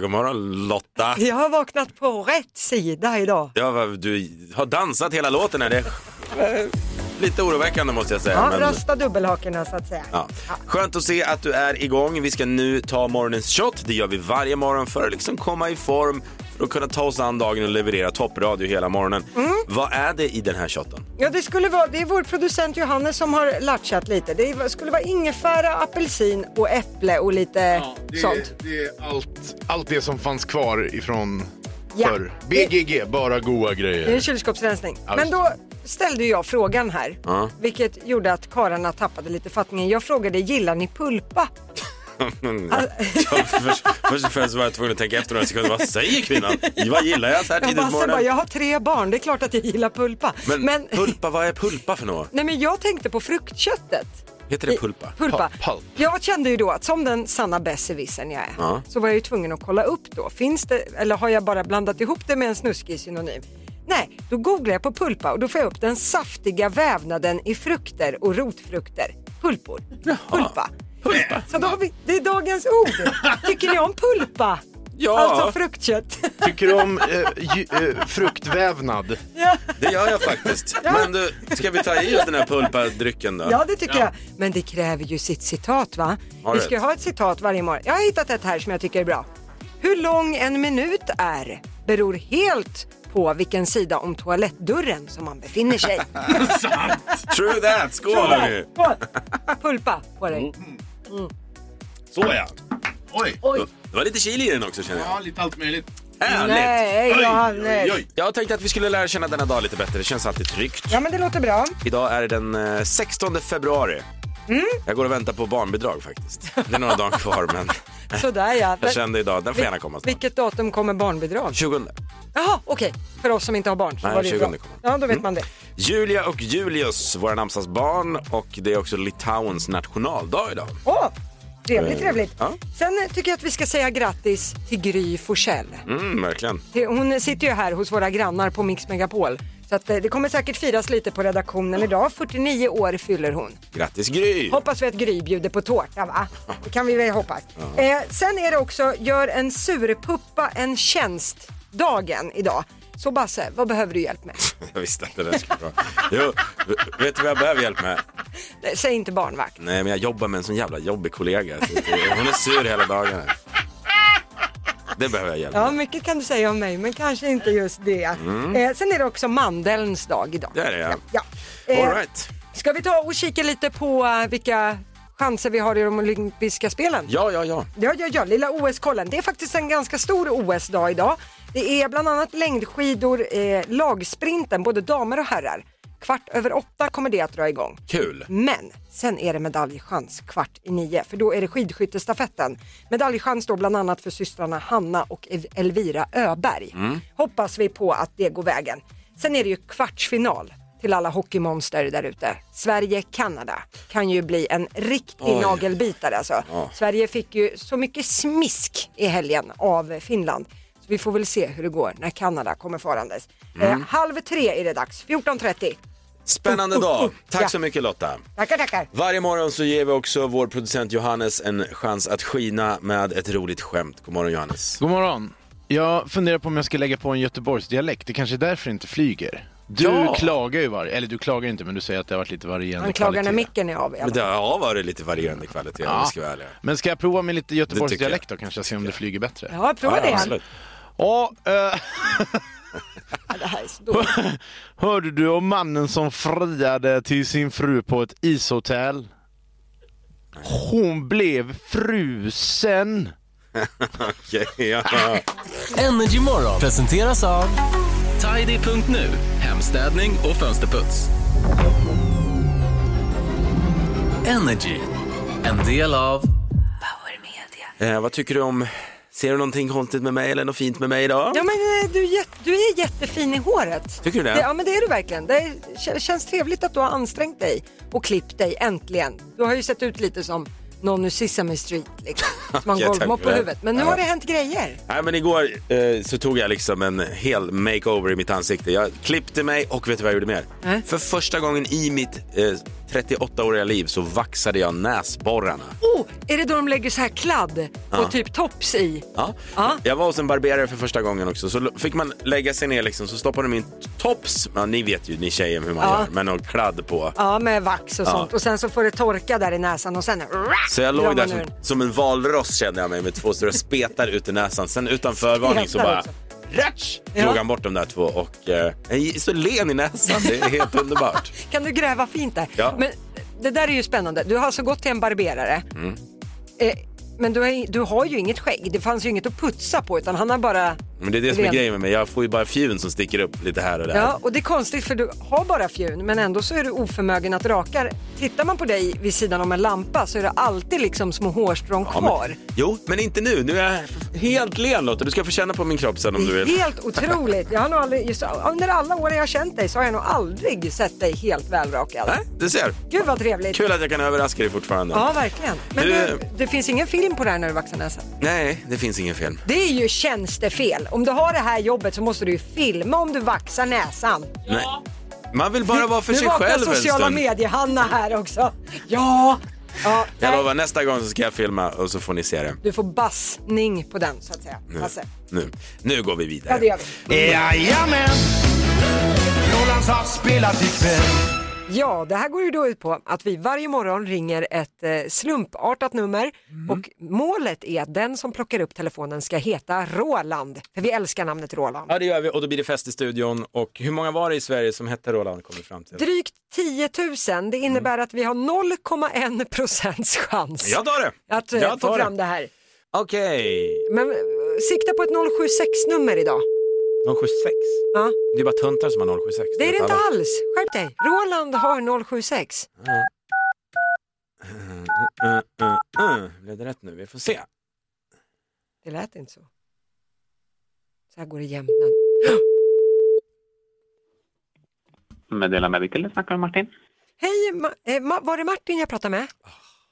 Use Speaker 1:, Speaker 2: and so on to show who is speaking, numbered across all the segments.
Speaker 1: God morgon Lotta.
Speaker 2: Jag har vaknat på rätt sida idag.
Speaker 1: Ja, vad- du har dansat hela låten. Här. Det är lite oroväckande måste jag säga.
Speaker 2: Ja,
Speaker 1: men-
Speaker 2: Rösta dubbelhakorna så att säga.
Speaker 1: Ja. Skönt att se att du är igång. Vi ska nu ta morgonens shot. Det gör vi varje morgon för att liksom komma i form för att kunna ta oss an dagen och leverera toppradio hela morgonen.
Speaker 2: Mm.
Speaker 1: Vad är det i den här shotten?
Speaker 2: Ja, det, skulle vara, det är vår producent Johannes som har latchat lite. Det skulle vara ingefära, apelsin och äpple och lite
Speaker 3: Det,
Speaker 2: sånt.
Speaker 3: det är allt, allt det som fanns kvar ifrån
Speaker 2: Ja.
Speaker 3: förr. BGG, bara goa
Speaker 2: Det är en
Speaker 3: grejer.
Speaker 2: kylskåpsrensning.
Speaker 3: Ja,
Speaker 2: Men
Speaker 3: visst.
Speaker 2: då ställde jag frågan här,
Speaker 1: Ja.
Speaker 2: vilket gjorde att karlarna tappade lite fattningen. Jag frågade, gillar ni pulpa?
Speaker 1: Jag- först, först och främst var jag tvungen att tänka efter några sekunder. Vad säger kvinnan? Vad gillar jag så här
Speaker 2: Jag,
Speaker 1: tidigt på
Speaker 2: bara, så bara, jag
Speaker 1: morgonen?
Speaker 2: har tre barn, det är klart att jag gillar pulpa.
Speaker 1: Men, pulpa, vad är pulpa för något?
Speaker 2: nej, men jag tänkte på fruktköttet.
Speaker 1: Heter det pulpa?
Speaker 2: Pulpa.
Speaker 3: Pa- palp.
Speaker 2: Jag kände ju då att som den sanna besserwissern jag är
Speaker 1: Ja.
Speaker 2: så var jag ju tvungen att kolla upp då. Finns det, eller har jag bara blandat ihop det med en snuskig synonym? Nej, då googlar jag på pulpa och då får jag upp den saftiga vävnaden i frukter och rotfrukter. Pulpor. Pulpa.
Speaker 1: Pulpa.
Speaker 2: Så då har vi, det är dagens ord. Tycker ni om pulpa?
Speaker 1: Ja.
Speaker 2: Alltså fruktkött.
Speaker 3: Tycker du om eh, ju, eh, fruktvävnad?
Speaker 1: Det gör jag faktiskt. Men du, ska vi ta i oss den här pulpadrycken då?
Speaker 2: Ja, det tycker jag. Men det kräver ju sitt citat, va?
Speaker 1: Har
Speaker 2: Vi
Speaker 1: du
Speaker 2: ska
Speaker 1: ett?
Speaker 2: ha ett citat varje morgon. Jag har hittat ett här som jag tycker är bra. Hur lång en minut är beror helt på vilken sida om toalettdörren som man befinner sig.
Speaker 1: True that, skål hörni!
Speaker 2: Skål! Pulpa på dig.
Speaker 1: Mm.
Speaker 3: Såja. Oj.
Speaker 1: Det var lite chili i den också känner jag.
Speaker 3: lite allt möjligt.
Speaker 1: Härligt!
Speaker 2: Nej, ja, nej.
Speaker 1: Jag tänkte att vi skulle lära känna denna dag lite bättre. Det känns alltid tryggt.
Speaker 2: Ja, men det låter bra.
Speaker 1: Idag är det den eh, 16 februari.
Speaker 2: Mm.
Speaker 1: Jag går och väntar på barnbidrag faktiskt. Det är några dagar kvar men
Speaker 2: Sådär ja.
Speaker 1: jag kände idag, den får gärna komma snart.
Speaker 2: Vilket datum kommer barnbidrag?
Speaker 1: 20.
Speaker 2: Jaha, okej. För oss som inte har barn. Så
Speaker 1: Nej,
Speaker 2: var det ju
Speaker 1: 20
Speaker 2: bra.
Speaker 1: kommer. Mm.
Speaker 2: Ja, då vet man det.
Speaker 1: Julia och Julius, våra namnsdagsbarn och det är också Litauens nationaldag idag.
Speaker 2: Åh, trevligt,
Speaker 1: Eh,
Speaker 2: trevligt.
Speaker 1: ja.
Speaker 2: Sen eh, tycker jag att vi ska säga grattis till Gry Forssell.
Speaker 1: Mm, verkligen.
Speaker 2: Det- Hon sitter ju här hos våra grannar på Mix Megapol. Så att eh, det kommer säkert firas lite på redaktionen idag. 49 år fyller hon.
Speaker 1: Grattis Gry!
Speaker 2: Hoppas vi att Gry bjuder på tårta va? Det kan vi väl hoppas. Eh, sen är det också gör en surpuppa en tjänst dagen idag. Så Basse, vad behöver du hjälp med?
Speaker 1: Jag visste att det där skulle vara bra. Jo, vet du vad jag behöver hjälp med?
Speaker 2: Eh, Säg inte barnvakt.
Speaker 1: Nej, men jag jobbar med en sån jävla jobbig kollega. Så det- hon är sur hela dagarna. Det behöver jag hjälp
Speaker 2: Ja,
Speaker 1: med.
Speaker 2: mycket kan du säga om mig, men kanske inte just det.
Speaker 1: Mm.
Speaker 2: Eh, sen är det också mandelns dag idag.
Speaker 1: Det är det, ja.
Speaker 2: ja. Eh,
Speaker 1: All right.
Speaker 2: Ska vi ta och kika lite på eh, vilka chanser vi har i de olympiska spelen?
Speaker 1: Ja, ja, ja.
Speaker 2: Ja, ja, ja, lilla OS-kollen. Det är faktiskt en ganska stor OS-dag idag. Det är bland annat längdskidor, eh, lagsprinten, både damer och herrar. Kvart över åtta kommer det att dra igång.
Speaker 1: Kul.
Speaker 2: Men sen är det medaljchans kvart i nio, för då är det skidskyttestafetten. Medaljchans då bland annat för systrarna Hanna och Ev- Elvira Öberg.
Speaker 1: Mm.
Speaker 2: Hoppas vi på att det går vägen. Sen är det ju kvartsfinal till alla hockeymonster där ute. Sverige-Kanada kan ju bli en riktig
Speaker 1: Oj.
Speaker 2: nagelbitare alltså.
Speaker 1: Ja.
Speaker 2: Sverige fick ju så mycket smisk i helgen av Finland. Så vi får väl se hur det går när Kanada kommer farandes.
Speaker 1: Mm.
Speaker 2: Eh, halv tre är det dags, 14.30.
Speaker 1: Spännande dag. Tack så
Speaker 2: Ja.
Speaker 1: mycket Lotta.
Speaker 2: Tackar, tackar.
Speaker 1: Varje morgon så ger vi också vår producent Johannes en chans att skina med ett roligt skämt. God morgon Johannes.
Speaker 3: God morgon. Jag funderar på om jag ska lägga på en Göteborgsdialekt. Det kanske är därför jag inte flyger. Du
Speaker 1: Ja.
Speaker 3: klagar ju var, eller du klagar inte men du säger att det har varit lite varierande
Speaker 2: Han klagar när
Speaker 3: kvalitet.
Speaker 2: micken är av. i alla
Speaker 1: Men
Speaker 2: fall.
Speaker 1: det har varit lite varierande kvalitet om vi ska vara ärliga.
Speaker 3: Men ska jag prova med lite Göteborgsdialekt då kanske, se om det flyger bättre?
Speaker 2: Ja, prova det.
Speaker 1: absolut.
Speaker 3: Ja, eh,
Speaker 2: Ja, det här är så dåligt.
Speaker 3: hörde du om mannen som friade till sin fru på ett ishotell? Hon blev frusen.
Speaker 1: Okej, ja.
Speaker 4: Energy Morgon presenteras av Tidy.nu, hemstädning och fönsterputs. Energy, en del av
Speaker 1: eh, vad tycker du om, ser du någonting konstigt med mig eller något fint med mig idag?
Speaker 2: Ja, men eh, du, är jätte- du är jättefin i håret.
Speaker 1: Tycker du det?
Speaker 2: Ja, men det är du verkligen. Det är, kä- känns trevligt att du har ansträngt dig och klippt dig, äntligen. Du har ju sett ut lite som någon ur Sesame Street, liksom. Som har en
Speaker 1: Okej, tack
Speaker 2: golvmopp
Speaker 1: för
Speaker 2: på
Speaker 1: det.
Speaker 2: huvudet. Men nu
Speaker 1: Ja.
Speaker 2: har det hänt grejer.
Speaker 1: Nej, men igår eh, så tog jag liksom en hel
Speaker 2: Äh?
Speaker 1: makeover i mitt ansikte. Jag klippte mig och vet du vad jag gjorde mer?
Speaker 2: Nej.
Speaker 1: För första gången i mitt eh, 38-åriga liv så vaxade jag näsborrarna.
Speaker 2: Oh, är det då de lägger så här kladd och typ tops i?
Speaker 1: Ja.
Speaker 2: Ja.
Speaker 1: Jag var hos en barberare för första gången också. Så l- fick man lägga sig ner liksom, så stoppade de in tops. Ja, ni vet ju, ni tjejer, hur man
Speaker 2: Ja.
Speaker 1: gör. Men och kladd på.
Speaker 2: Ja, med vax och sånt. Och sen så får det torka där i näsan och sen...
Speaker 1: Så jag
Speaker 2: drar
Speaker 1: låg
Speaker 2: Ah! man
Speaker 1: där
Speaker 2: ur
Speaker 1: som,
Speaker 2: den.
Speaker 1: som en valross kände jag mig med två stora spetar ut i näsan. Sen utan förvarning så
Speaker 2: Spetar
Speaker 1: bara
Speaker 2: också.
Speaker 1: ratsch,
Speaker 2: Ja.
Speaker 1: drog han bort de där två och eh, jag är så len i näsan. Det är helt underbart.
Speaker 2: Kan du gräva fint där?
Speaker 1: Ja.
Speaker 2: Men det där är ju spännande. Du har alltså gått till en barberare.
Speaker 1: Mm.
Speaker 2: Eh, men du har, i- du har ju inget skägg. Det fanns ju inget att putsa på utan han har bara...
Speaker 1: Men det är det som är
Speaker 2: Ren.
Speaker 1: grejen med mig. Jag får ju bara fjun som sticker upp lite här och där.
Speaker 2: Ja, och det är konstigt för du har bara fjun men ändå så är du oförmögen att raka. Tittar man på dig vid sidan om en lampa så är det alltid liksom små hårstrån
Speaker 1: Ja, men-
Speaker 2: kvar.
Speaker 1: Jo, men inte nu. Nu är jag helt len Lotta. Du ska få känna på min kropp sen om
Speaker 2: Det
Speaker 1: du
Speaker 2: är
Speaker 1: vill.
Speaker 2: helt otroligt. Jag har nog aldrig, just, under alla år jag har känt dig så har jag nog aldrig sett dig helt välrakad.
Speaker 1: Nej, du ser.
Speaker 2: Gud vad trevligt.
Speaker 1: Äh? Kul att jag kan överraska dig fortfarande.
Speaker 2: Ja, verkligen. Men
Speaker 1: Du-
Speaker 2: du... det finns ingen film på det här när du vaxar näsan?
Speaker 1: Nej, det finns ingen film.
Speaker 2: Det är ju tjänstefel. Om du har det här jobbet så måste du ju filma om du vaxar näsan.
Speaker 1: Nej. Man vill bara vara för
Speaker 2: nu
Speaker 1: sig
Speaker 2: vaknar
Speaker 1: själv en
Speaker 2: sociala
Speaker 1: stund.
Speaker 2: medier-Hanna här också. Ja! ja
Speaker 1: Jag
Speaker 2: nej.
Speaker 1: lovar, nästa gång så ska jag filma och så får ni se det.
Speaker 2: Du får bassning på den så att säga. Basse.
Speaker 1: Nu, nu går vi
Speaker 2: Ja, det
Speaker 1: vidare.
Speaker 2: gör vi.
Speaker 4: Jajamän! Rolands havs spelar ikväll.
Speaker 2: Ja, det här går ju då ut på att vi varje morgon ringer ett eh, slumpartat nummer
Speaker 1: Mm.
Speaker 2: och målet är att den som plockar upp telefonen ska heta Roland. För vi älskar namnet Roland.
Speaker 1: Ja, det gör vi och då blir det fest i studion. Och hur många var det i Sverige som hette Roland kommer vi fram till?
Speaker 2: Drygt 10 000, det innebär att vi har 0,1 procents chans
Speaker 1: Jag tar det!
Speaker 2: att eh,
Speaker 1: jag
Speaker 2: få
Speaker 1: tar
Speaker 2: fram
Speaker 1: det.
Speaker 2: det här.
Speaker 1: Okej,
Speaker 2: Men eh, sikta på ett 076-nummer idag.
Speaker 1: 076.
Speaker 2: Ja,
Speaker 1: Det är bara töntar som har 076.
Speaker 2: det är det
Speaker 1: vet
Speaker 2: inte
Speaker 1: alla.
Speaker 2: alls. Skärp dig. Roland har 076.
Speaker 1: Mm, mm, mm. Blev det rätt nu? Vi får se.
Speaker 2: Det lät inte så. Så här går det jämnt.
Speaker 5: Meddela Medical, snackar med Martin.
Speaker 2: Hej, Ma- eh, Ma- var det Martin jag pratade med?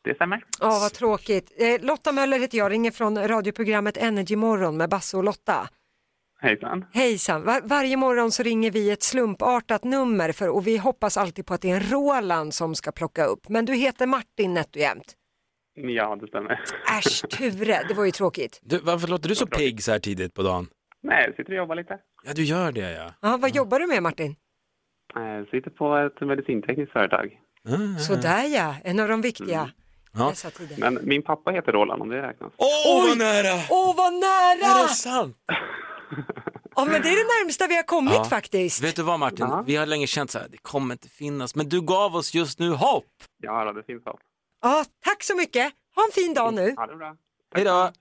Speaker 5: Det stämmer.
Speaker 2: Ja, vad tråkigt. Eh, Lotta Möller heter jag, ringer från radioprogrammet Energy Morgon med Basse och Lotta.
Speaker 5: Hejsan.
Speaker 2: Hejsan, Var- varje morgon så ringer vi ett slumpartat nummer för, och vi hoppas alltid på att det är en Roland som ska plocka upp. Men du heter Martin nätt och jämnt.
Speaker 5: Ja, det stämmer.
Speaker 2: Äsch, Ture, det var ju tråkigt.
Speaker 1: Du, varför låter du så pigg så här tidigt på dagen?
Speaker 5: Nej, jag sitter och jobbar lite.
Speaker 1: Ja, du gör det ja.
Speaker 2: Ja, vad jobbar du med Martin?
Speaker 5: Eh, sitter på ett medicintekniskt företag.
Speaker 1: Eh. Mm.
Speaker 2: Sådär ja, en av de viktiga. Dessa tider.
Speaker 5: Men min pappa heter Roland, om det räknas.
Speaker 1: Åh, vad nära!
Speaker 2: Åh, vad
Speaker 1: Är
Speaker 2: nära!
Speaker 1: det sant?
Speaker 2: Ja, men det är det närmsta vi har kommit
Speaker 1: Ja.
Speaker 2: faktiskt.
Speaker 1: Vet du vad Martin,
Speaker 5: Ja.
Speaker 1: vi har länge känt så här, det kommer inte finnas, men du gav oss just nu hopp.
Speaker 5: Ja, då, det finns hopp.
Speaker 2: Ja, tack så mycket. Ha en fin dag nu.
Speaker 5: Ha det bra.
Speaker 1: Hej då!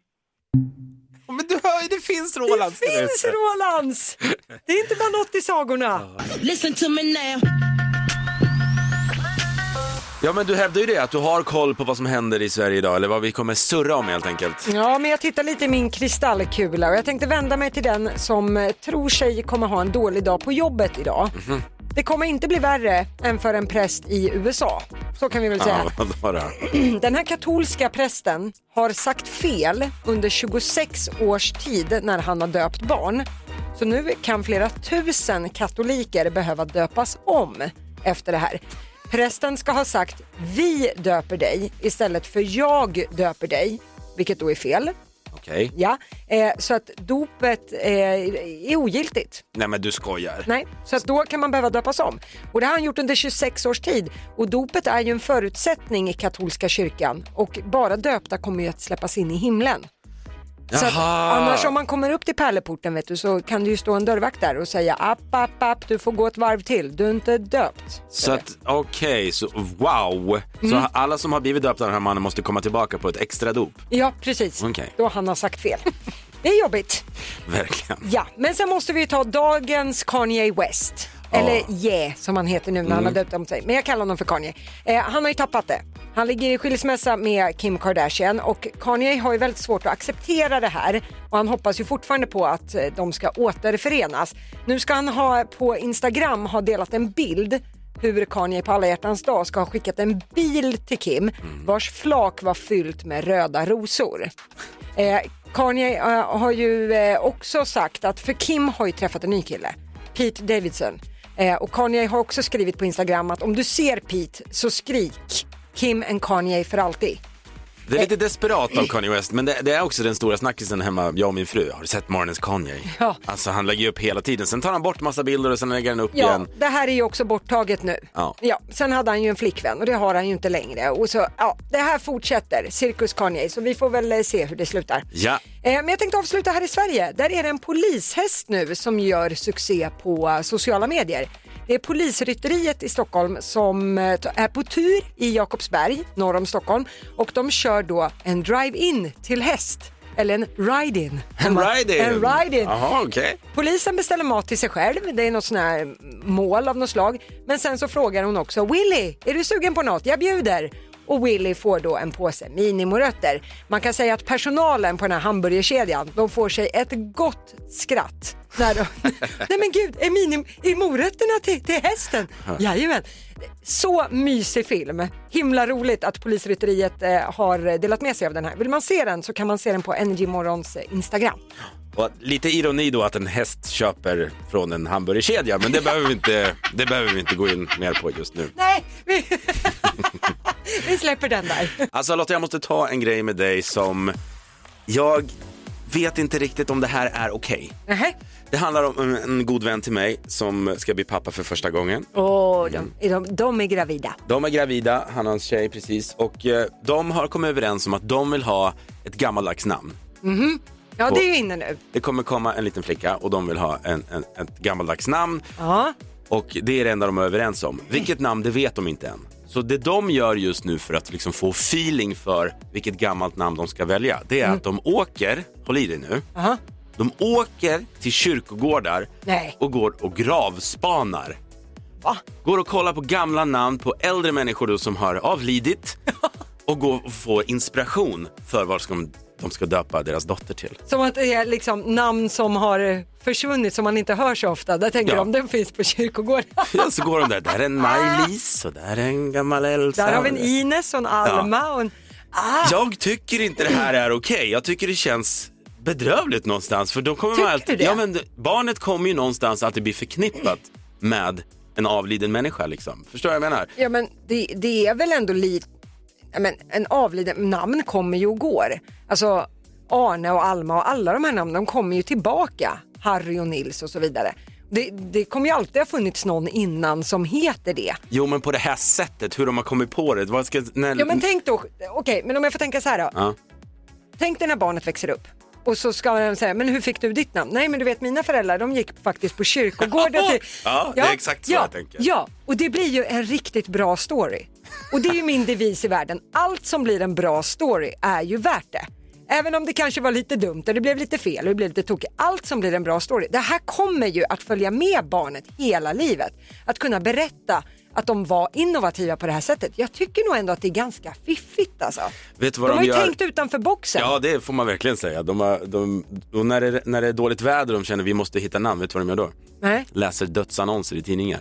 Speaker 1: Men du hör ju, det finns Roland!
Speaker 2: Det finns Rolands! Det är inte bara något i sagorna.
Speaker 6: Listen to me now.
Speaker 1: Ja men du hävdar ju det, att du har koll på vad som händer i Sverige idag, eller vad vi kommer surra om helt enkelt.
Speaker 2: Ja, men jag tittar lite i min kristallkula och jag tänkte vända mig till den som eh, tror sig kommer ha en dålig dag på jobbet idag.
Speaker 1: Mhm.
Speaker 2: Det kommer inte bli värre än för en präst i USA. Så kan vi väl säga.
Speaker 1: Ja, vad var det?
Speaker 2: Den här katolska prästen har sagt fel under 26 års tid när han har döpt barn. Så nu kan flera tusen katoliker behöva döpas om efter det här. Prästen ska ha sagt vi döper dig istället för jag döper dig, vilket då är fel.
Speaker 1: Okej.
Speaker 2: Ja, eh, så att dopet eh, är ogiltigt.
Speaker 1: Nej men du skojar.
Speaker 2: Nej, så att då kan man behöva döpas om. Och det har han gjort under 26 års tid. Och dopet är ju en förutsättning i katolska kyrkan och bara döpta kommer ju att släppas in i himlen. Så att,
Speaker 1: Jaha.
Speaker 2: annars om man kommer upp till pärleporten vet du, så kan det ju stå en dörrvakt där och säga app, app, app, du får gå ett varv till, du är inte döpt.
Speaker 1: Så att, okej, så wow. Så
Speaker 2: Mm.
Speaker 1: alla som har blivit döpta av den här mannen måste komma tillbaka på ett extra dop.
Speaker 2: Ja, precis.
Speaker 1: Okej.
Speaker 2: Då han har sagt fel. Det är jobbigt.
Speaker 1: Verkligen.
Speaker 2: Ja, men sen måste vi ju ta dagens Kanye West. Eller Yeah som han heter nu när han har döpt om sig. Men jag kallar honom för Kanye. Eh, han har ju tappat det. Han ligger i skilsmässa med Kim Kardashian och Kanye har ju väldigt svårt att acceptera det här och han hoppas ju fortfarande på att eh, de ska återförenas. Nu ska han ha på Instagram ha delat en bild hur Kanye på alla hjärtans dag ska ha skickat en bil till Kim vars flak var fyllt med röda rosor. Eh, Kanye eh, har ju eh, också sagt att, för Kim har ju träffat en ny kille, Pete Davidson. Eh, och Kanye har också skrivit på Instagram att om du ser Pete så skrik Kim and Kanye för alltid.
Speaker 7: Det är lite desperat av Kanye West, men det, det är också den stora snackisen hemma, jag och min fru. Har du sett morgonens Kanye?
Speaker 2: Ja.
Speaker 7: Alltså han lägger ju upp hela tiden, sen tar han bort massa bilder och sen lägger han upp
Speaker 2: Ja,
Speaker 7: igen.
Speaker 2: det här är ju också borttaget nu.
Speaker 7: Ja.
Speaker 2: sen hade han ju en flickvän och det har han ju inte längre. Och så, ja, det här fortsätter, Cirkus Kanye, så vi får väl eh, se hur det slutar.
Speaker 7: Ja.
Speaker 2: Eh, Men jag tänkte avsluta här i Sverige. Där är det en polishäst nu som gör succé på eh, sociala medier. Det är polisrytteriet i Stockholm som eh, ta- är på tur i Jakobsberg, norr om Stockholm. Och de kör då en drive-in till häst. Eller en ride-in.
Speaker 7: En ride-in!
Speaker 2: En ride-in.
Speaker 7: Jaha, okej.
Speaker 2: Polisen beställer mat till sig själv, det är något sån här mål av något slag. Men sen så frågar hon också Willy, är du sugen på något? Jag bjuder. Och Willy får då en påse minimorötter. Man kan säga att personalen på den här hamburgerkedjan, de får sig ett gott skratt. När de, Nej men gud, är, minim, är morötterna till, till hästen? Jajamän. Så mysig film. Himla roligt att polisrytteriet eh, har delat med sig av den här. Vill man se den så kan man se den på Energy Morgons eh, Instagram.
Speaker 7: Och lite ironi då att en häst köper från en hamburgerkedja, men det behöver vi inte, det behöver vi inte gå in mer på just nu.
Speaker 2: Nej, vi, vi släpper den där.
Speaker 7: Alltså Lotta, jag måste ta en grej med dig som jag vet inte riktigt om det här är okej.
Speaker 2: Nähä.
Speaker 7: Det handlar om en- en god vän till mig som ska bli pappa för första gången.
Speaker 2: Åh, de, är de, de är gravida.
Speaker 7: De är gravida, han och hans tjej precis, och eh, de har kommit överens om att de vill ha ett gammaldags namn.
Speaker 2: Ja, det är ju inne nu.
Speaker 7: Det kommer komma en liten flicka och de vill ha en, en, ett gammaldags namn
Speaker 2: Ja.
Speaker 7: och det är det enda de är överens om. Vilket namn, det vet de inte än. Så det de gör just nu för att liksom få feeling för vilket gammalt namn de ska välja, det är att de åker, håll i dig nu,
Speaker 2: Aha.
Speaker 7: de åker till kyrkogårdar
Speaker 2: Nej.
Speaker 7: och går och gravspanar.
Speaker 2: Va?
Speaker 7: Går och kollar på gamla namn på äldre människor då som har avlidit och går och får inspiration för vad ska de, de ska döpa deras dotter till.
Speaker 2: Som att det är liksom namn som har försvunnit som man inte hör så ofta. Där tänker
Speaker 7: Ja.
Speaker 2: de, den finns på kyrkogården.
Speaker 7: Ja, så går de där, där är en Maj-Lis och där är en gammal Elsa.
Speaker 2: Där har vi en Ines och en Alma och en... Ah,
Speaker 7: Jag tycker inte det här är okej. Jag tycker det känns bedrövligt någonstans. För då kommer
Speaker 2: Tycker
Speaker 7: man
Speaker 2: du
Speaker 7: alltid,
Speaker 2: det?
Speaker 7: Ja, men barnet kommer ju någonstans att det blir förknippat med en avliden människa liksom. Förstår vad jag menar?
Speaker 2: ja, men det, det är väl ändå lite... ja, Men en avliden... Namn kommer ju och går. Alltså Arne och Alma och alla de här namnen, de kommer ju tillbaka. Harry och Nils och så vidare. Det, det kommer ju alltid ha funnits någon innan som heter det.
Speaker 7: Jo, men på det här sättet, hur de har kommit på det. Vad ska, när,
Speaker 2: Ja men tänk då, okej men om jag får tänka så här då.
Speaker 7: Ja.
Speaker 2: Tänk dig när barnet växer upp och så ska de säga, men hur fick du ditt namn? Nej men du vet mina föräldrar de gick faktiskt på kyrkogården. Till...
Speaker 7: Ja, det är exakt så
Speaker 2: ja,
Speaker 7: jag tänker.
Speaker 2: Ja, och det blir ju en riktigt bra story. Och det är ju min devis i världen, allt som blir en bra story är ju värt det. Även om det kanske var lite dumt och det blev lite fel och det blev lite tokigt. Allt som blir en bra story, det här kommer ju att följa med barnet hela livet. Att kunna berätta att de var innovativa på det här sättet. Jag tycker nog ändå att det är ganska fiffigt alltså.
Speaker 7: Vet du vad
Speaker 2: de
Speaker 7: de
Speaker 2: har ju
Speaker 7: gör?
Speaker 2: tänkt utanför boxen.
Speaker 7: Ja, det får man verkligen säga. De har, de, och när det, när det är dåligt väder och de känner vi måste hitta namn, vet du vad de gör då?
Speaker 2: Nej,
Speaker 7: Läser dödsannonser i tidningar.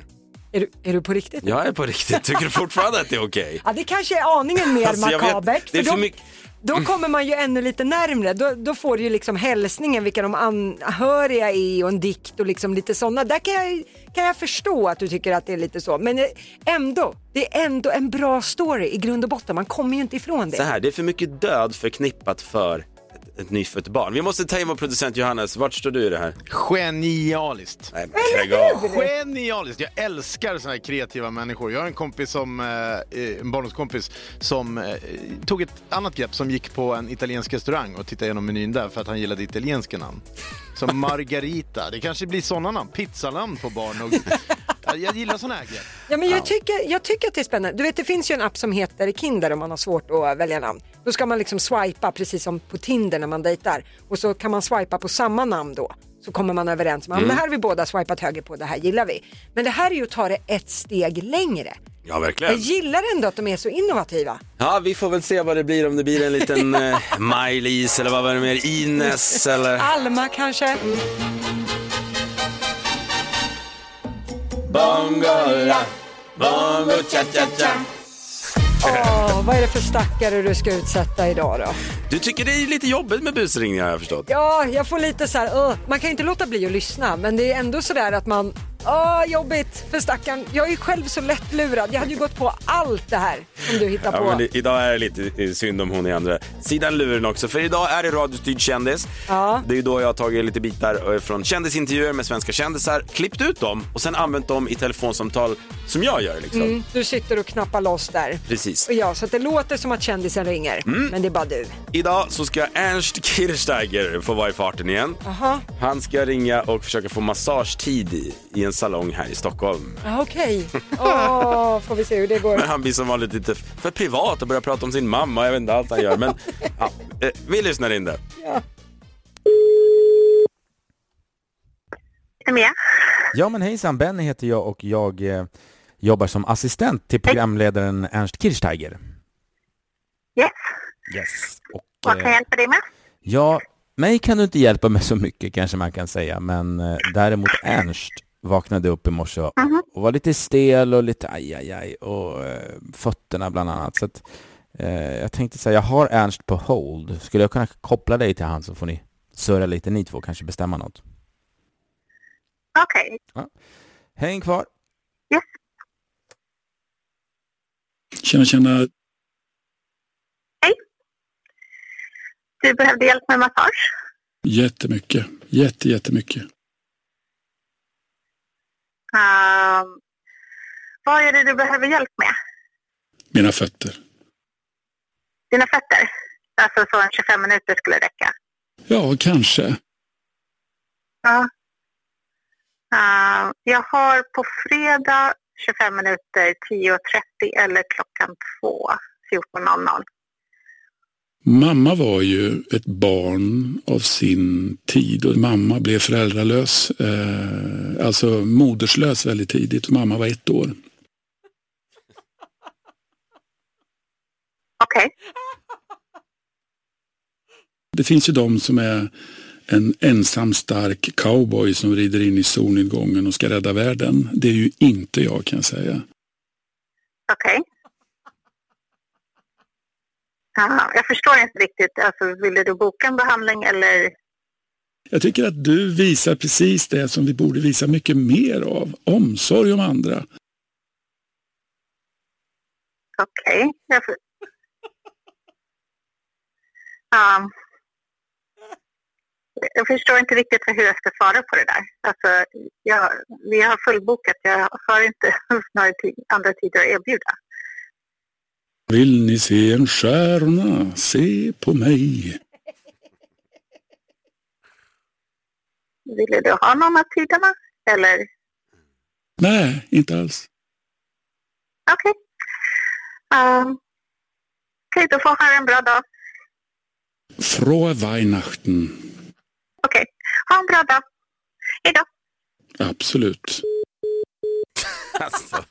Speaker 2: är du, är du på riktigt?
Speaker 7: Jag är på riktigt, tycker du fortfarande att det är okej?
Speaker 2: Ja, det kanske är aningen mer
Speaker 7: Alltså, jag vet,
Speaker 2: makabert.
Speaker 7: det är
Speaker 2: för
Speaker 7: för
Speaker 2: då,
Speaker 7: mycket-
Speaker 2: då kommer man ju ännu lite närmre. Då, då får du ju liksom hälsningen vilka de anhöriga är och en dikt och liksom lite sådana. Där kan jag, kan jag förstå att du tycker att det är lite så. Men eh, ändå, det är ändå en bra story i grund och botten. Man kommer ju inte ifrån det.
Speaker 7: Så här, det är för mycket död förknippat för ett, ett nyfött barn. Vi måste ta in vår producent Johannes. Vart står du i det här?
Speaker 3: Genialiskt!
Speaker 7: Nej, men lägg av.
Speaker 3: Genialiskt! Jag älskar såna här kreativa människor. Jag har en kompis som, eh, en barndomskompis som eh, tog ett annat grepp som gick på en italiensk restaurang och tittade igenom menyn där för att han gillade italienska namn. Som Margarita. Det kanske blir såna namn. Pizzanamn på barn. Och, Ja, jag gillar såna här grepp.
Speaker 2: Ja, men jag, tycker, jag tycker att det är spännande. Du vet, det finns ju en app som heter Kinder om man har svårt att eh, välja namn. Då ska man liksom swipa precis som på Tinder när man dejtar och så kan man swipa på samma namn då. Så kommer man överens om mm. det här har vi båda swipat höger på, det här gillar vi. Men det här är ju att ta det ett steg längre.
Speaker 7: Ja,
Speaker 2: Jag
Speaker 7: verkligen.
Speaker 2: gillar ändå att de är så innovativa.
Speaker 7: Ja, vi får väl se vad det blir. Om det blir en liten eh, Maj-Lis eller vad var det mer? Ines eller...
Speaker 2: Alma kanske?
Speaker 7: Bongola, bongo cha cha cha.
Speaker 2: Åh, vad är det för stackare du ska utsätta idag då?
Speaker 7: Du tycker det är lite jobbigt med busringningar har jag förstått.
Speaker 2: Ja, jag får lite så här, "Åh." man kan inte låta bli att lyssna men det är ändå sådär att man Åh, jobbigt för stackaren. Jag är ju själv så lättlurad. Jag hade ju gått på allt det här som du hittar
Speaker 7: Ja,
Speaker 2: på.
Speaker 7: men det, idag är det lite eh, synd om hon i andra sidan luren också. För idag är det radiostyrd kändis.
Speaker 2: Ja.
Speaker 7: Det är ju då jag har tagit lite bitar eh, från kändisintervjuer med svenska kändisar, klippt ut dem och sen använt dem i telefonsamtal som jag gör. Liksom.
Speaker 2: Mm, Du sitter och knappar loss där.
Speaker 7: Precis.
Speaker 2: Och ja, så att det låter som att kändisen ringer,
Speaker 7: Mm.
Speaker 2: men det är bara du.
Speaker 7: Idag så ska Ernst Kirchsteiger få vara i farten igen.
Speaker 2: Jaha,
Speaker 7: Han ska ringa och försöka få massagetid i, i en salong här i Stockholm.
Speaker 2: ja, okej. Åh, får vi se hur det går.
Speaker 7: Men han blir som vanligt lite för privat och börjar prata om sin mamma. Jag vet inte allt han gör. Men ja, eh, vi lyssnar in det.
Speaker 8: Linnea?
Speaker 9: Ja men hejsan, Benny heter jag och jag eh, jobbar som assistent till programledaren Ernst Kirchsteiger.
Speaker 8: Yes,
Speaker 9: Yes. Och,
Speaker 8: vad kan jag
Speaker 9: eh,
Speaker 8: hjälpa dig med?
Speaker 9: ja, mig kan du inte hjälpa med så mycket kanske man kan säga, men eh, däremot Ernst vaknade upp i morse och,
Speaker 8: Mhm.
Speaker 9: och var lite stel och lite aj, aj, aj och eh, fötterna bland annat. Så att, eh, jag tänkte säga, jag har Ernst på hold. Skulle jag kunna koppla dig till han så får ni surra lite ni två, kanske bestämma något.
Speaker 8: Okej,
Speaker 9: Häng kvar.
Speaker 10: Tjena, tjena.
Speaker 8: du behövde hjälp med massage?
Speaker 10: Jättemycket. Jätte, jättemycket.
Speaker 8: Ehm, vad är det du behöver hjälp med?
Speaker 10: Mina fötter.
Speaker 8: Dina fötter? Alltså så en 25 minuter skulle räcka.
Speaker 10: Ja, kanske.
Speaker 8: Ja. Ehm, jag har på fredag 25 minuter 10.30 eller klockan 2, 14.00.
Speaker 10: Mamma var ju ett barn av sin tid och mamma blev föräldralös. Eh, alltså moderslös väldigt tidigt och mamma var ett år.
Speaker 8: Okej,
Speaker 10: Det finns ju de som är en ensam stark cowboy som rider in i solnedgången och ska rädda världen. Det är ju inte jag kan jag säga.
Speaker 8: okej. Ja, jag förstår inte riktigt. Alltså, ville du boka en behandling eller?
Speaker 10: Jag tycker att du visar precis det som vi borde visa mycket mer av. Omsorg om andra.
Speaker 8: Okej. Jag får... Ja. jag förstår inte riktigt hur jag ska svara på det där. Alltså, jag, vi har fullbokat. Jag har inte några ti- andra tider att erbjuda.
Speaker 10: Vill ni se en stjärna? Se på mig.
Speaker 8: Ville du ha någon av tiderna? Eller?
Speaker 10: Nej, inte alls.
Speaker 8: Okej. Um, Okej, då får ha en bra dag.
Speaker 10: Frohe Weihnachten.
Speaker 8: Okej, ha en bra dag. Hej då.
Speaker 10: Absolut.
Speaker 7: Alltså,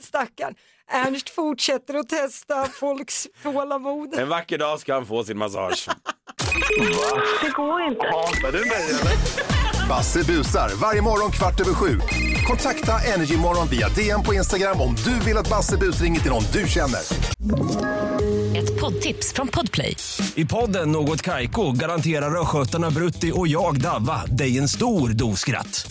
Speaker 2: Stackarn. Ernst fortsätter att testa folks tålamod.
Speaker 7: en vacker dag ska han få sin massage.
Speaker 11: Basse busar varje morgon kvart över sju. Kontakta Energymorgon via DM på Instagram om du vill att Basse bus ringer till någon du känner.
Speaker 12: Ett poddtips från Podplay.
Speaker 1: I podden Något Kaiko garanterar östgötarna Brutti och jag, Davva, dig en stor dos skratt.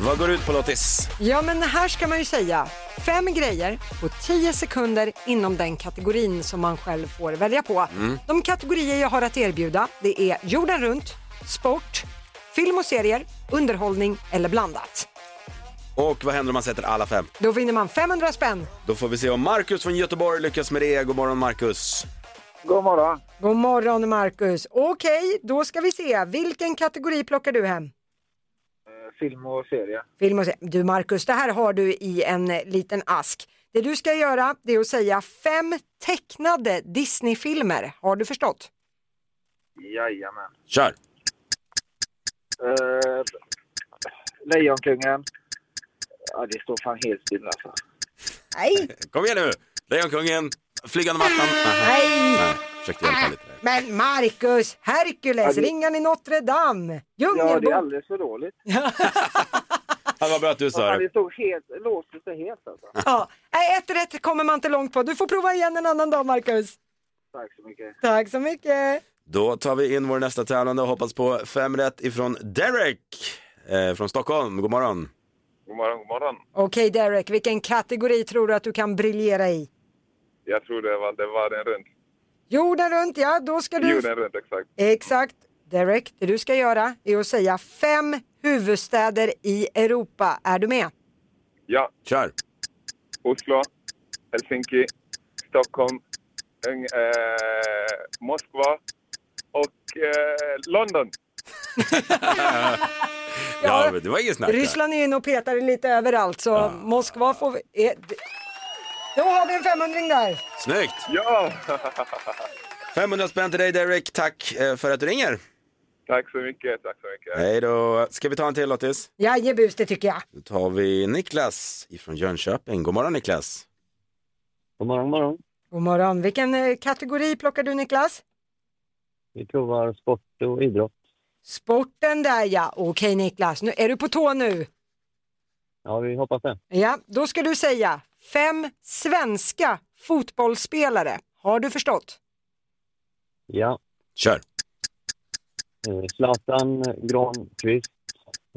Speaker 7: Vad går det ut på Lottis?
Speaker 2: Ja, men här ska man ju säga fem grejer på tio sekunder inom den kategorin som man själv får välja på. De kategorier jag har att erbjuda det är jorden runt, sport, film och serier, underhållning eller blandat.
Speaker 7: Och vad händer om man sätter alla fem?
Speaker 2: Då vinner man 500 spänn.
Speaker 7: Då får vi se om Marcus från Göteborg lyckas med det. God morgon Marcus.
Speaker 13: God morgon.
Speaker 2: God morgon Marcus. Okej, då ska vi se. Vilken kategori plockar du hem?
Speaker 13: Film och serie.
Speaker 2: Film och se- Du Marcus, det här har du i en eh, liten ask. Det du ska göra det är att säga fem tecknade Disney-filmer. Har du förstått?
Speaker 13: Jajamän.
Speaker 7: Kör!
Speaker 13: Uh, Lejonkungen. Ja, det står fan helt still alltså.
Speaker 2: Nej.
Speaker 7: Kom igen nu! Lejonkungen, Flygande mattan. Nähä.
Speaker 2: Nej.
Speaker 7: Nej, försökte hjälpa lite.
Speaker 2: Men Marcus, Hercules,
Speaker 7: Ja, det-
Speaker 2: ringen i Notre Dame,
Speaker 14: Ja, det
Speaker 2: Djungelboken.
Speaker 14: är alldeles för dåligt.
Speaker 7: Ja, vad bra att du sa
Speaker 14: Han
Speaker 7: det.
Speaker 14: stod helt, låste sig helt alltså.
Speaker 2: Ja, nej, ett rätt kommer man inte långt på. Du får prova igen en annan dag, Marcus.
Speaker 14: Tack så mycket.
Speaker 2: Tack så mycket.
Speaker 7: Då tar vi in vår nästa tävlande och hoppas på fem rätt ifrån Derek eh, från Stockholm. God morgon.
Speaker 15: God morgon, god morgon.
Speaker 2: Okej Derek, vilken kategori tror du att du kan briljera i?
Speaker 15: Jag tror det var, det var den runt.
Speaker 2: Jorden runt, ja, då ska du...
Speaker 15: Jorden runt, exakt.
Speaker 2: Exakt. Derek, det du ska göra är att säga fem huvudstäder i Europa. Är du med?
Speaker 15: Ja.
Speaker 7: Kör.
Speaker 15: Oslo, Helsinki, Stockholm, Ung- eh, Moskva och eh, London.
Speaker 7: ja, men det var inget snack. där.
Speaker 2: Ryssland är inne och petar lite överallt, så
Speaker 14: Ah.
Speaker 2: Moskva får vi... är- Då har vi en 500 där.
Speaker 7: Snyggt! Ja! 500 spänn till dig Derek, tack eh, för att du ringer.
Speaker 15: Tack så mycket, tack så mycket.
Speaker 7: Hej då. Ska vi ta en till Lottis?
Speaker 2: Jajebus, det tycker jag.
Speaker 7: Då tar vi Niklas ifrån Jönköping. God morgon Niklas.
Speaker 16: God morgon, morgon.
Speaker 2: God morgon. Vilken eh, kategori plockar du Niklas?
Speaker 16: Vi provar sport och idrott.
Speaker 2: Sporten där ja. Okej Niklas, nu är du på tå nu.
Speaker 16: Ja, vi hoppas det.
Speaker 2: Ja, då ska du säga fem svenska fotbollsspelare. Har du förstått?
Speaker 16: Ja.
Speaker 7: Kör.
Speaker 16: Eh, Zlatan Granqvist.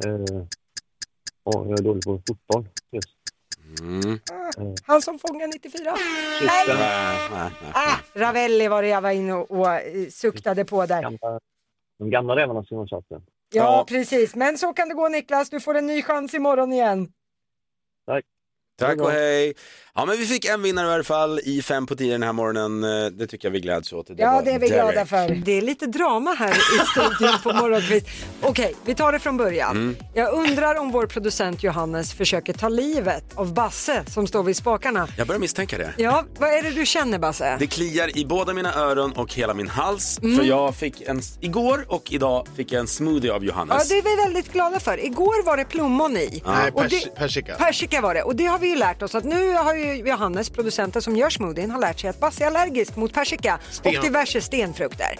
Speaker 16: Eh, och jag är dålig på fotboll. Just.
Speaker 7: Mm.
Speaker 16: Eh,
Speaker 2: Han som fångar 94.
Speaker 16: Sista.
Speaker 2: Nej! Ah, Ravelli var det jag var inne och, och eh, suktade på där.
Speaker 16: gamla, de gamla rävarna som har chatten.
Speaker 2: Ja, precis. Men så kan det gå Niklas. Du får en ny chans imorgon igen.
Speaker 16: Tack.
Speaker 7: Tack och hej. Ja men vi fick en vinnare i alla fall i fem på tio den här morgonen. Eh, Det tycker jag vi gläds åt.
Speaker 2: ja,
Speaker 7: var
Speaker 2: det är vi
Speaker 7: Derek.
Speaker 2: glada för. Det är lite drama här i studion på morgonkvist. Okej, vi tar det från början.
Speaker 7: Mm.
Speaker 2: Jag undrar om vår producent Johannes försöker ta livet av Basse som står vid spakarna.
Speaker 7: Jag börjar misstänka det.
Speaker 2: Ja, vad är det du känner Basse?
Speaker 7: Det kliar i båda mina öron och hela min hals.
Speaker 2: Mm.
Speaker 7: För jag fick en, igår och idag fick jag en smoothie av Johannes.
Speaker 2: Ja, det är vi väldigt glada för. Igår var det plommon i.
Speaker 7: Ja. Nej,
Speaker 2: Och
Speaker 7: persi-
Speaker 2: det-
Speaker 7: persika.
Speaker 2: Persika var det. Och det har vi ju lärt oss att nu har ju Johannes, producenten som gör smoothien, har lärt sig att Basse är allergisk mot persika
Speaker 17: Sten-
Speaker 2: och diverse stenfrukter.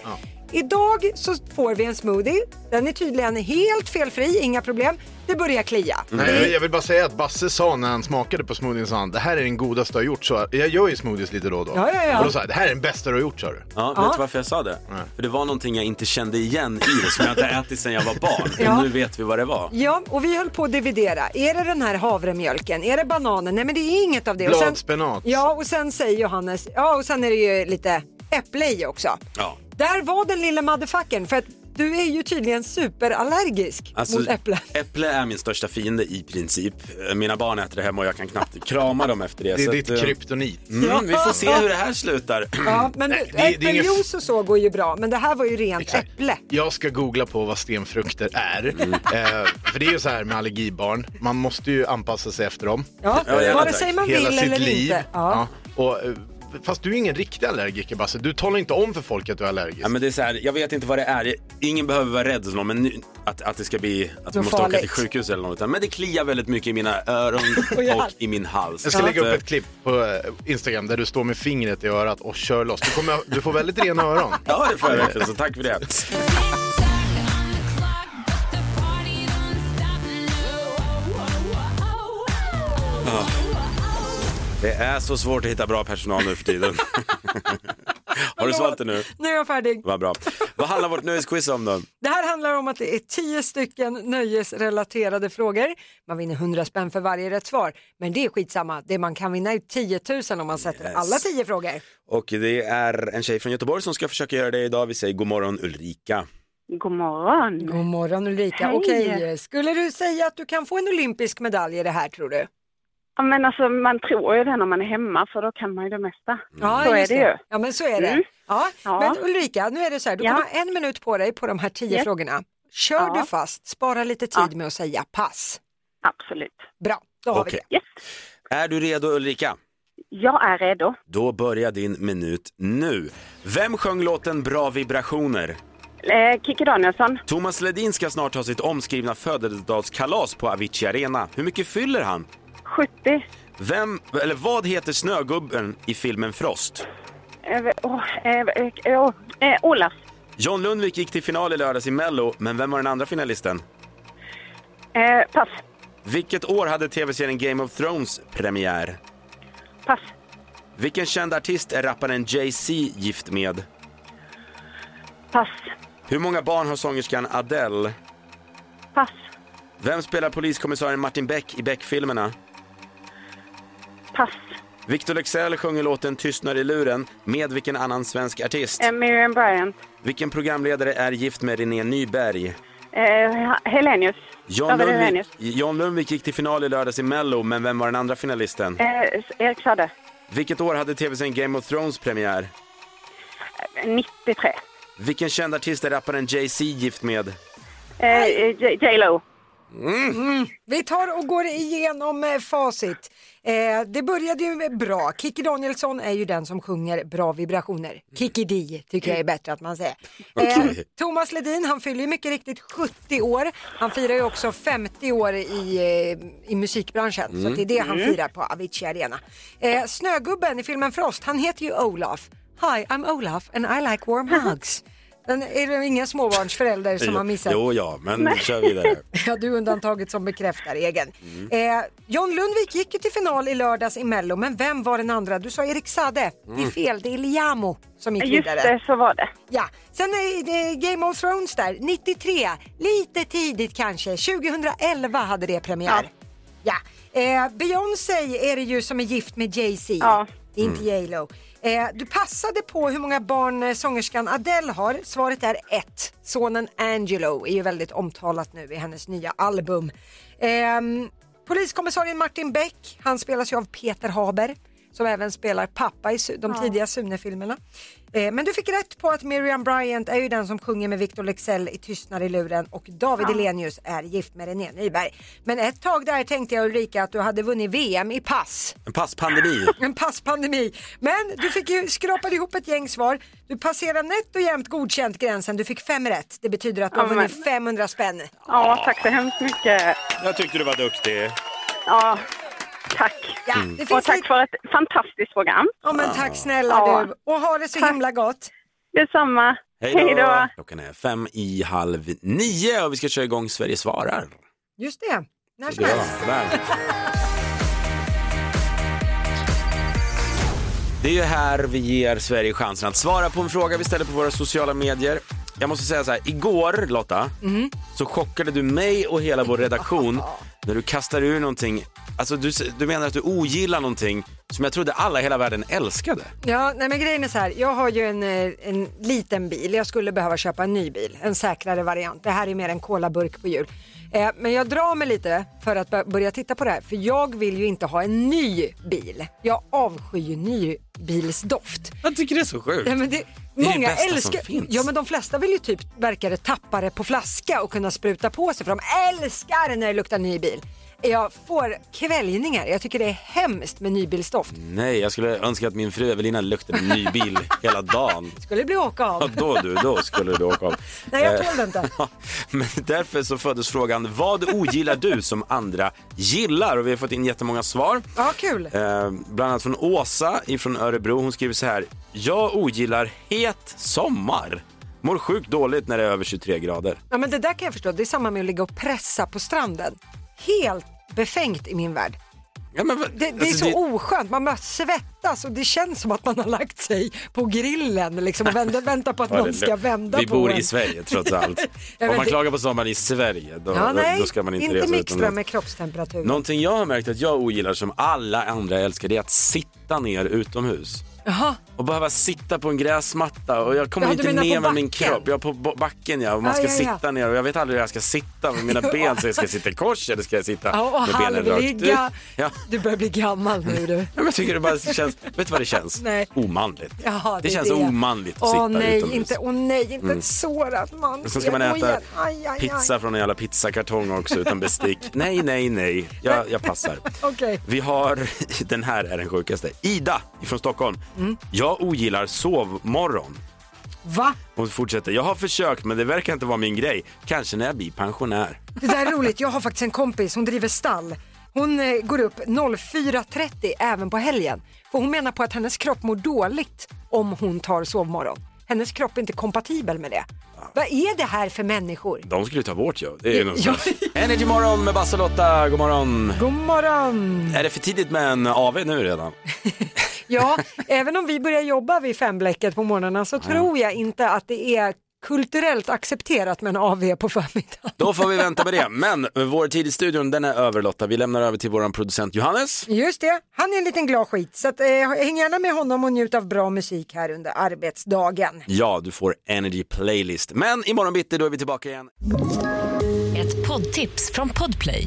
Speaker 2: Idag så får vi en smoothie. Den är tydligen helt felfri, inga problem. Det börjar klia.
Speaker 3: Nej, jag- jag vill bara säga att Basse sa när han smakade på smoothien, sa han, det här är den godaste jag har gjort. Så jag gör ju smoothies lite då och då.
Speaker 2: Ja, ja, ja.
Speaker 3: Och då sa jag, det här är den bästa du har gjort, sa du.
Speaker 7: Ja,
Speaker 2: Ja.
Speaker 7: vet du varför jag sa det? För det var någonting jag inte kände igen i det som jag inte ätit sedan jag var barn.
Speaker 2: Ja.
Speaker 7: Och nu vet vi vad det var.
Speaker 2: Ja, och vi höll på att dividera. Är det den här havremjölken? Är det bananen? Nej, men det är inget av det. Och sen,
Speaker 3: Bladspenat.
Speaker 2: ja, och sen säger Johannes, ja, och sen är det ju lite äpple i också.
Speaker 7: Ja.
Speaker 2: Där var den lilla motherfuckern för att du är ju tydligen superallergisk mot äpplen.
Speaker 7: äpple är min största fiende i princip. Eh, Mina barn äter det hemma och jag kan knappt krama dem efter det.
Speaker 3: Det är
Speaker 7: så
Speaker 3: ditt
Speaker 7: eh,
Speaker 3: kryptonit.
Speaker 2: Ja.
Speaker 7: Mm, vi får se hur det här slutar.
Speaker 2: Ja, men
Speaker 3: Nej, det- det är
Speaker 2: äppeljuice och så går ju bra, men det här var ju rent äpple.
Speaker 3: Jag ska googla på vad stenfrukter är.
Speaker 7: Mm.
Speaker 3: Eh, för det är ju så här med allergibarn, man måste ju anpassa sig efter dem.
Speaker 2: Ja,
Speaker 3: Eh,
Speaker 2: gärna vare sig man
Speaker 3: Hela
Speaker 2: vill
Speaker 3: sitt
Speaker 2: eller
Speaker 3: liv.
Speaker 2: inte. Ja.
Speaker 3: Ja. Och, eh, fast du är ingen riktig allergiker Basse, du talar inte om för folk att du är allergisk.
Speaker 7: Ja, men det är så här, jag vet inte vad det är. Ingen behöver vara rädd för någon, men nu, att, att det ska bli att
Speaker 3: Något
Speaker 7: vi måste åka
Speaker 3: farligt.
Speaker 7: till sjukhus eller något. utan- Men det kliar väldigt mycket i mina öron
Speaker 3: Och jag-
Speaker 7: och i min hals.
Speaker 3: Jag ska
Speaker 7: Så
Speaker 3: lägga
Speaker 7: att,
Speaker 3: upp
Speaker 7: eh,
Speaker 3: ett klipp på eh, Instagram där du står med fingret i örat och kör loss. Du, kommer, du får väldigt rena öron.
Speaker 7: Ja, det får jag verkligen, så tack för det. Ja. Det är så svårt att hitta bra personal nu för tiden. Har du svalt det nu?
Speaker 2: Nu är jag färdig.
Speaker 7: Vad bra. Vad handlar vårt nöjesquiz om då?
Speaker 2: Det här handlar om att det är tio stycken nöjesrelaterade frågor. Man vinner 100 spänn för varje rätt svar, men det är skitsamma. Det man kan vinna är 10 000 om man sätter
Speaker 7: Yes.
Speaker 2: alla tio frågor.
Speaker 7: Och det är en tjej från Göteborg som ska försöka göra det idag. Vi säger god morgon Ulrika.
Speaker 2: God morgon. God morgon Ulrika.
Speaker 17: Hej.
Speaker 2: Okej, skulle du säga att du kan få en olympisk medalj i det här tror
Speaker 7: Mm.
Speaker 2: du?
Speaker 17: Ja, men alltså, man tror ju det när man är hemma för då kan man ju det mesta. så är
Speaker 2: just
Speaker 17: det ju.
Speaker 2: Ja, men så är det.
Speaker 17: Mm.
Speaker 2: Ja.
Speaker 17: Ja.
Speaker 2: Men Ulrika, nu är det så här, du
Speaker 17: Ja.
Speaker 2: kommer ha en minut på dig på de här tio
Speaker 17: Yes.
Speaker 2: frågorna. Kör
Speaker 17: Ja.
Speaker 2: du fast, spara lite tid med att säga pass.
Speaker 17: Absolut.
Speaker 2: Bra, då har vi
Speaker 7: Okej.
Speaker 2: det.
Speaker 7: Är du redo Ulrika?
Speaker 17: Jag är redo.
Speaker 7: Då börjar din minut nu. Vem sjöng låten Bra vibrationer?
Speaker 17: Eh, Kikki Danielsson,
Speaker 7: Thomas Ledin ska snart ha sitt omskrivna födelsedagskalas på Avicii Arena. Hur mycket fyller han?
Speaker 17: 70.
Speaker 7: Vem, eller vad heter snögubben i filmen Frost?
Speaker 17: Eh, åh, eh, eh, åh, eh, Olaf.
Speaker 7: John Lundvik gick till final i lördags i Mello, men vem var den andra finalisten?
Speaker 17: Eh, pass.
Speaker 7: Vilket år hade tv-serien Game of Thrones premiär?
Speaker 17: Pass.
Speaker 7: Vilken känd artist är rapparen Jay-Z gift med?
Speaker 17: Pass.
Speaker 7: Hur många barn har sångerskan Adele?
Speaker 17: Pass.
Speaker 7: Vem spelar poliskommissarien Martin Beck i Beck-filmerna?
Speaker 17: Pass.
Speaker 7: Victor Lexell sjunger låten Tystnad i luren med vilken annan svensk artist?
Speaker 17: Eh, Miriam Bryant.
Speaker 7: Vilken programledare är gift med René Nyberg?
Speaker 17: Eh, Helenius.
Speaker 7: John
Speaker 17: David
Speaker 7: Lundvik, John Lundvik gick till final i lördags i Mello, men vem var den andra finalisten?
Speaker 17: Eh, s- Erik Saade.
Speaker 7: Vilket år hade tv-serien Game of Thrones premiär?
Speaker 17: Eh, 93.
Speaker 7: Vilken känd artist är rapparen Jay-Z gift med?
Speaker 17: Eh, eh, J- J-Lo.
Speaker 2: Mm. Vi tar och går igenom eh, facit. Eh, det började ju med bra. Kikki Danielsson är ju den som sjunger bra vibrationer. Kikki Di tycker jag är bättre att man säger. Eh,
Speaker 18: Mm. Okej.
Speaker 2: Thomas Ledin, han fyller ju mycket riktigt 70 år. Han firar ju också 50 år i, eh, i musikbranschen, så
Speaker 18: Mm.
Speaker 2: att det är det han
Speaker 18: Mm.
Speaker 2: firar på Avicii Arena. Eh, snögubben i filmen Frost, han heter ju Olaf. Hi, I'm Olaf and I like warm hugs. Den, är det ingen småbarnsförälder som har missat?
Speaker 7: Jo, ja, men nu kör vi vidare.
Speaker 2: Ja, du är undantaget som bekräftar egen. Eh, John Lundvik gick ju till final i lördags i Mello, men vem var den andra? Du sa Erik Sade. Det är
Speaker 18: Mm.
Speaker 2: fel, det är Liamo som gick
Speaker 17: Just
Speaker 2: vidare.
Speaker 17: det, så var det.
Speaker 2: Ja, sen är det Game of Thrones där, 93. Lite tidigt kanske, 2011 hade det premiär. Ja. Eh, Beyoncé är det ju som är gift med Jay-Z. Det
Speaker 18: Mm.
Speaker 2: är inte J.Lo. Eh, du passade på hur många barn eh, sångerskan Adele har. Svaret är ett. Sonen Angelo är ju väldigt omtalat nu i hennes nya album. Ehm, poliskommissarien Martin Beck, han spelas ju av Peter Haber som även spelar pappa i Su- de
Speaker 18: Ja.
Speaker 2: tidiga Sune-filmerna. Eh, men du fick rätt på att Miriam Bryant är ju den som sjunger med Victor Lexell i Tystnad i luren och David
Speaker 18: Ja.
Speaker 2: Elenius är gift med René Nyberg. Men ett tag där tänkte jag Ulrika att du hade vunnit VM i pass.
Speaker 7: En passpandemi.
Speaker 2: En passpandemi. Men du fick ju skrapade ihop ett gäng svar. Du passerade nätt och jämnt godkänt gränsen. Du fick fem rätt. Det betyder att du har
Speaker 17: Ja, men-
Speaker 2: vunnit 500 spänn.
Speaker 17: Ja, tack så hemskt mycket.
Speaker 7: Jag tyckte du var duktig.
Speaker 17: Ja, tack.
Speaker 2: Ja,
Speaker 7: Mm.
Speaker 2: det finns
Speaker 17: Och tack för ett fantastiskt program.
Speaker 2: Ja, men tack snälla
Speaker 17: Ja.
Speaker 2: du. Och ha det så himla gott.
Speaker 17: Detsamma.
Speaker 7: Hej då! Klockan är fem i halv nio och vi ska köra igång Sverige svarar.
Speaker 2: Just det. När som
Speaker 7: Ja,
Speaker 2: helst.
Speaker 7: sådär. Det är ju här vi ger Sverige chansen att svara på en fråga vi ställer på våra sociala medier. Jag måste säga så här, igår Lotta,
Speaker 18: Mm.
Speaker 7: så chockade du mig och hela vår redaktion när du kastar ur någonting. Alltså du, du menar att du ogillar någonting som jag trodde alla i hela världen älskade.
Speaker 2: Ja, nej men grejen är så här. Jag har ju en, eh, en liten bil. Jag skulle behöva köpa en ny bil, en säkrare variant. Det här är mer en kolaburk på jul. Eh, men jag drar mig lite för att bör- börja titta på det här, för jag vill ju inte ha en ny bil. Jag avskyr ju nybilsdoft.
Speaker 7: Jag tycker det är så sjukt.
Speaker 2: Ja, men det,
Speaker 7: Det är det
Speaker 2: många
Speaker 7: bästa som
Speaker 2: älskar,
Speaker 7: finns.
Speaker 2: Ja, men de flesta vill ju typ verkar det tappa det på flaska och kunna spruta på sig för de älskar när det luktar ny bil. Jag får kväljningar. Jag tycker det är hemskt med nybilsdoft.
Speaker 7: Nej, jag skulle önska att min fru Evelina luktade ny bil hela dagen.
Speaker 2: Skulle bli åka
Speaker 7: Ja,
Speaker 2: av.
Speaker 7: då du, då skulle du åka av.
Speaker 2: Nej, jag
Speaker 7: Eh,
Speaker 2: tål det inte.
Speaker 7: Men därför så föddes frågan, vad ogillar du som andra gillar? Och vi har fått in jättemånga svar.
Speaker 2: Ja, kul.
Speaker 7: Eh, bland annat från Åsa ifrån Örebro. Hon skriver så här. Jag ogillar het sommar. Mår sjukt dåligt när det är över 23 grader.
Speaker 2: Ja, men det där kan jag förstå. Det är samma med att ligga och pressa på stranden. Helt befängt i min värld.
Speaker 7: Ja, men, vad-
Speaker 2: Det, det är
Speaker 7: alltså,
Speaker 2: så oskönt. Man bara svettas och det känns som att man har lagt sig på grillen liksom, och vända, väntar på att
Speaker 7: Ja, det är
Speaker 2: någon ska
Speaker 7: lugnt.
Speaker 2: vända
Speaker 7: Vi
Speaker 2: på
Speaker 7: bor
Speaker 2: en.
Speaker 7: i Sverige trots allt.
Speaker 2: men
Speaker 7: Om man
Speaker 2: det-
Speaker 7: klagar på sommaren i Sverige då,
Speaker 2: ja,
Speaker 7: då-
Speaker 2: nej,
Speaker 7: då ska man inte,
Speaker 2: inte
Speaker 7: resa
Speaker 2: mixtra
Speaker 7: utomlands.
Speaker 2: med kroppstemperatur.
Speaker 7: Någonting jag har märkt att jag ogillar som alla andra älskar det är att sitta ner utomhus.
Speaker 2: Jaha,
Speaker 7: Och behöva sitta på en gräsmatta och jag kommer
Speaker 2: Ja, du
Speaker 7: inte
Speaker 2: menar på
Speaker 7: ner med min
Speaker 2: backen?
Speaker 7: kropp. Jag är på bo- backen ja, och man
Speaker 2: Ah,
Speaker 7: ska
Speaker 2: ja, ja.
Speaker 7: sitta ner och jag vet aldrig hur jag ska sitta med mina
Speaker 2: Ja.
Speaker 7: ben. Så jag ska jag sitta i kors eller ska jag sitta
Speaker 2: Ja, och
Speaker 7: med benen rakt ut?
Speaker 2: halvligga.
Speaker 7: Ja.
Speaker 2: du börjar bli gammal nu du.
Speaker 7: Ja, men Jag tycker det bara känns, vet du vad det känns?
Speaker 2: Nej.
Speaker 7: Omanligt.
Speaker 2: Jaha,
Speaker 7: det,
Speaker 2: är
Speaker 7: känns omanligt att
Speaker 2: Åh,
Speaker 7: sitta
Speaker 2: nej,
Speaker 7: utomhus.
Speaker 2: Inte, åh nej, inte
Speaker 7: Mm.
Speaker 2: ett sårat man.
Speaker 7: Och Sen ska man
Speaker 2: Åh,
Speaker 7: äta
Speaker 2: igen. Aj, aj, aj.
Speaker 7: pizza från en jävla pizzakartong också utan bestick. Nej, nej, nej. Jag, jag passar.
Speaker 2: Okej.
Speaker 7: Vi har, den här är den sjukaste. Ida från Stockholm.
Speaker 2: Mm.
Speaker 7: Jag ogillar sovmorgon.
Speaker 2: Va?
Speaker 7: Hon fortsätter. Jag har försökt men det verkar inte vara min grej. Kanske när jag blir pensionär.
Speaker 2: Det där är roligt. Jag har faktiskt en kompis, hon driver stall. Hon eh, går upp 04.30 även på helgen. För hon menar på att hennes kropp mår dåligt om hon tar sovmorgon. Hennes kropp är inte kompatibel med det. Vad är det här för människor?
Speaker 1: De skulle ju ta bort jag. Det är någon slags- Energy morgon med Basse och Lotta. God morgon.
Speaker 2: God morgon!
Speaker 1: Är det för tidigt med en AV nu redan?
Speaker 2: Ja, även om vi börjar jobba vid femblecket på morgnarna så tror jag inte att det är kulturellt accepterat med en AV på förmiddagen.
Speaker 1: Då får vi vänta med det. Men vår tid i studion den är över Lotta. Vi lämnar över till vår producent Johannes.
Speaker 2: Just det, han är en liten glad skit så att, eh, häng gärna med honom och njut av bra musik här under arbetsdagen.
Speaker 1: Ja, du får Energy Playlist. Men imorgon bitti då är vi tillbaka igen.
Speaker 19: Ett poddtips från Podplay.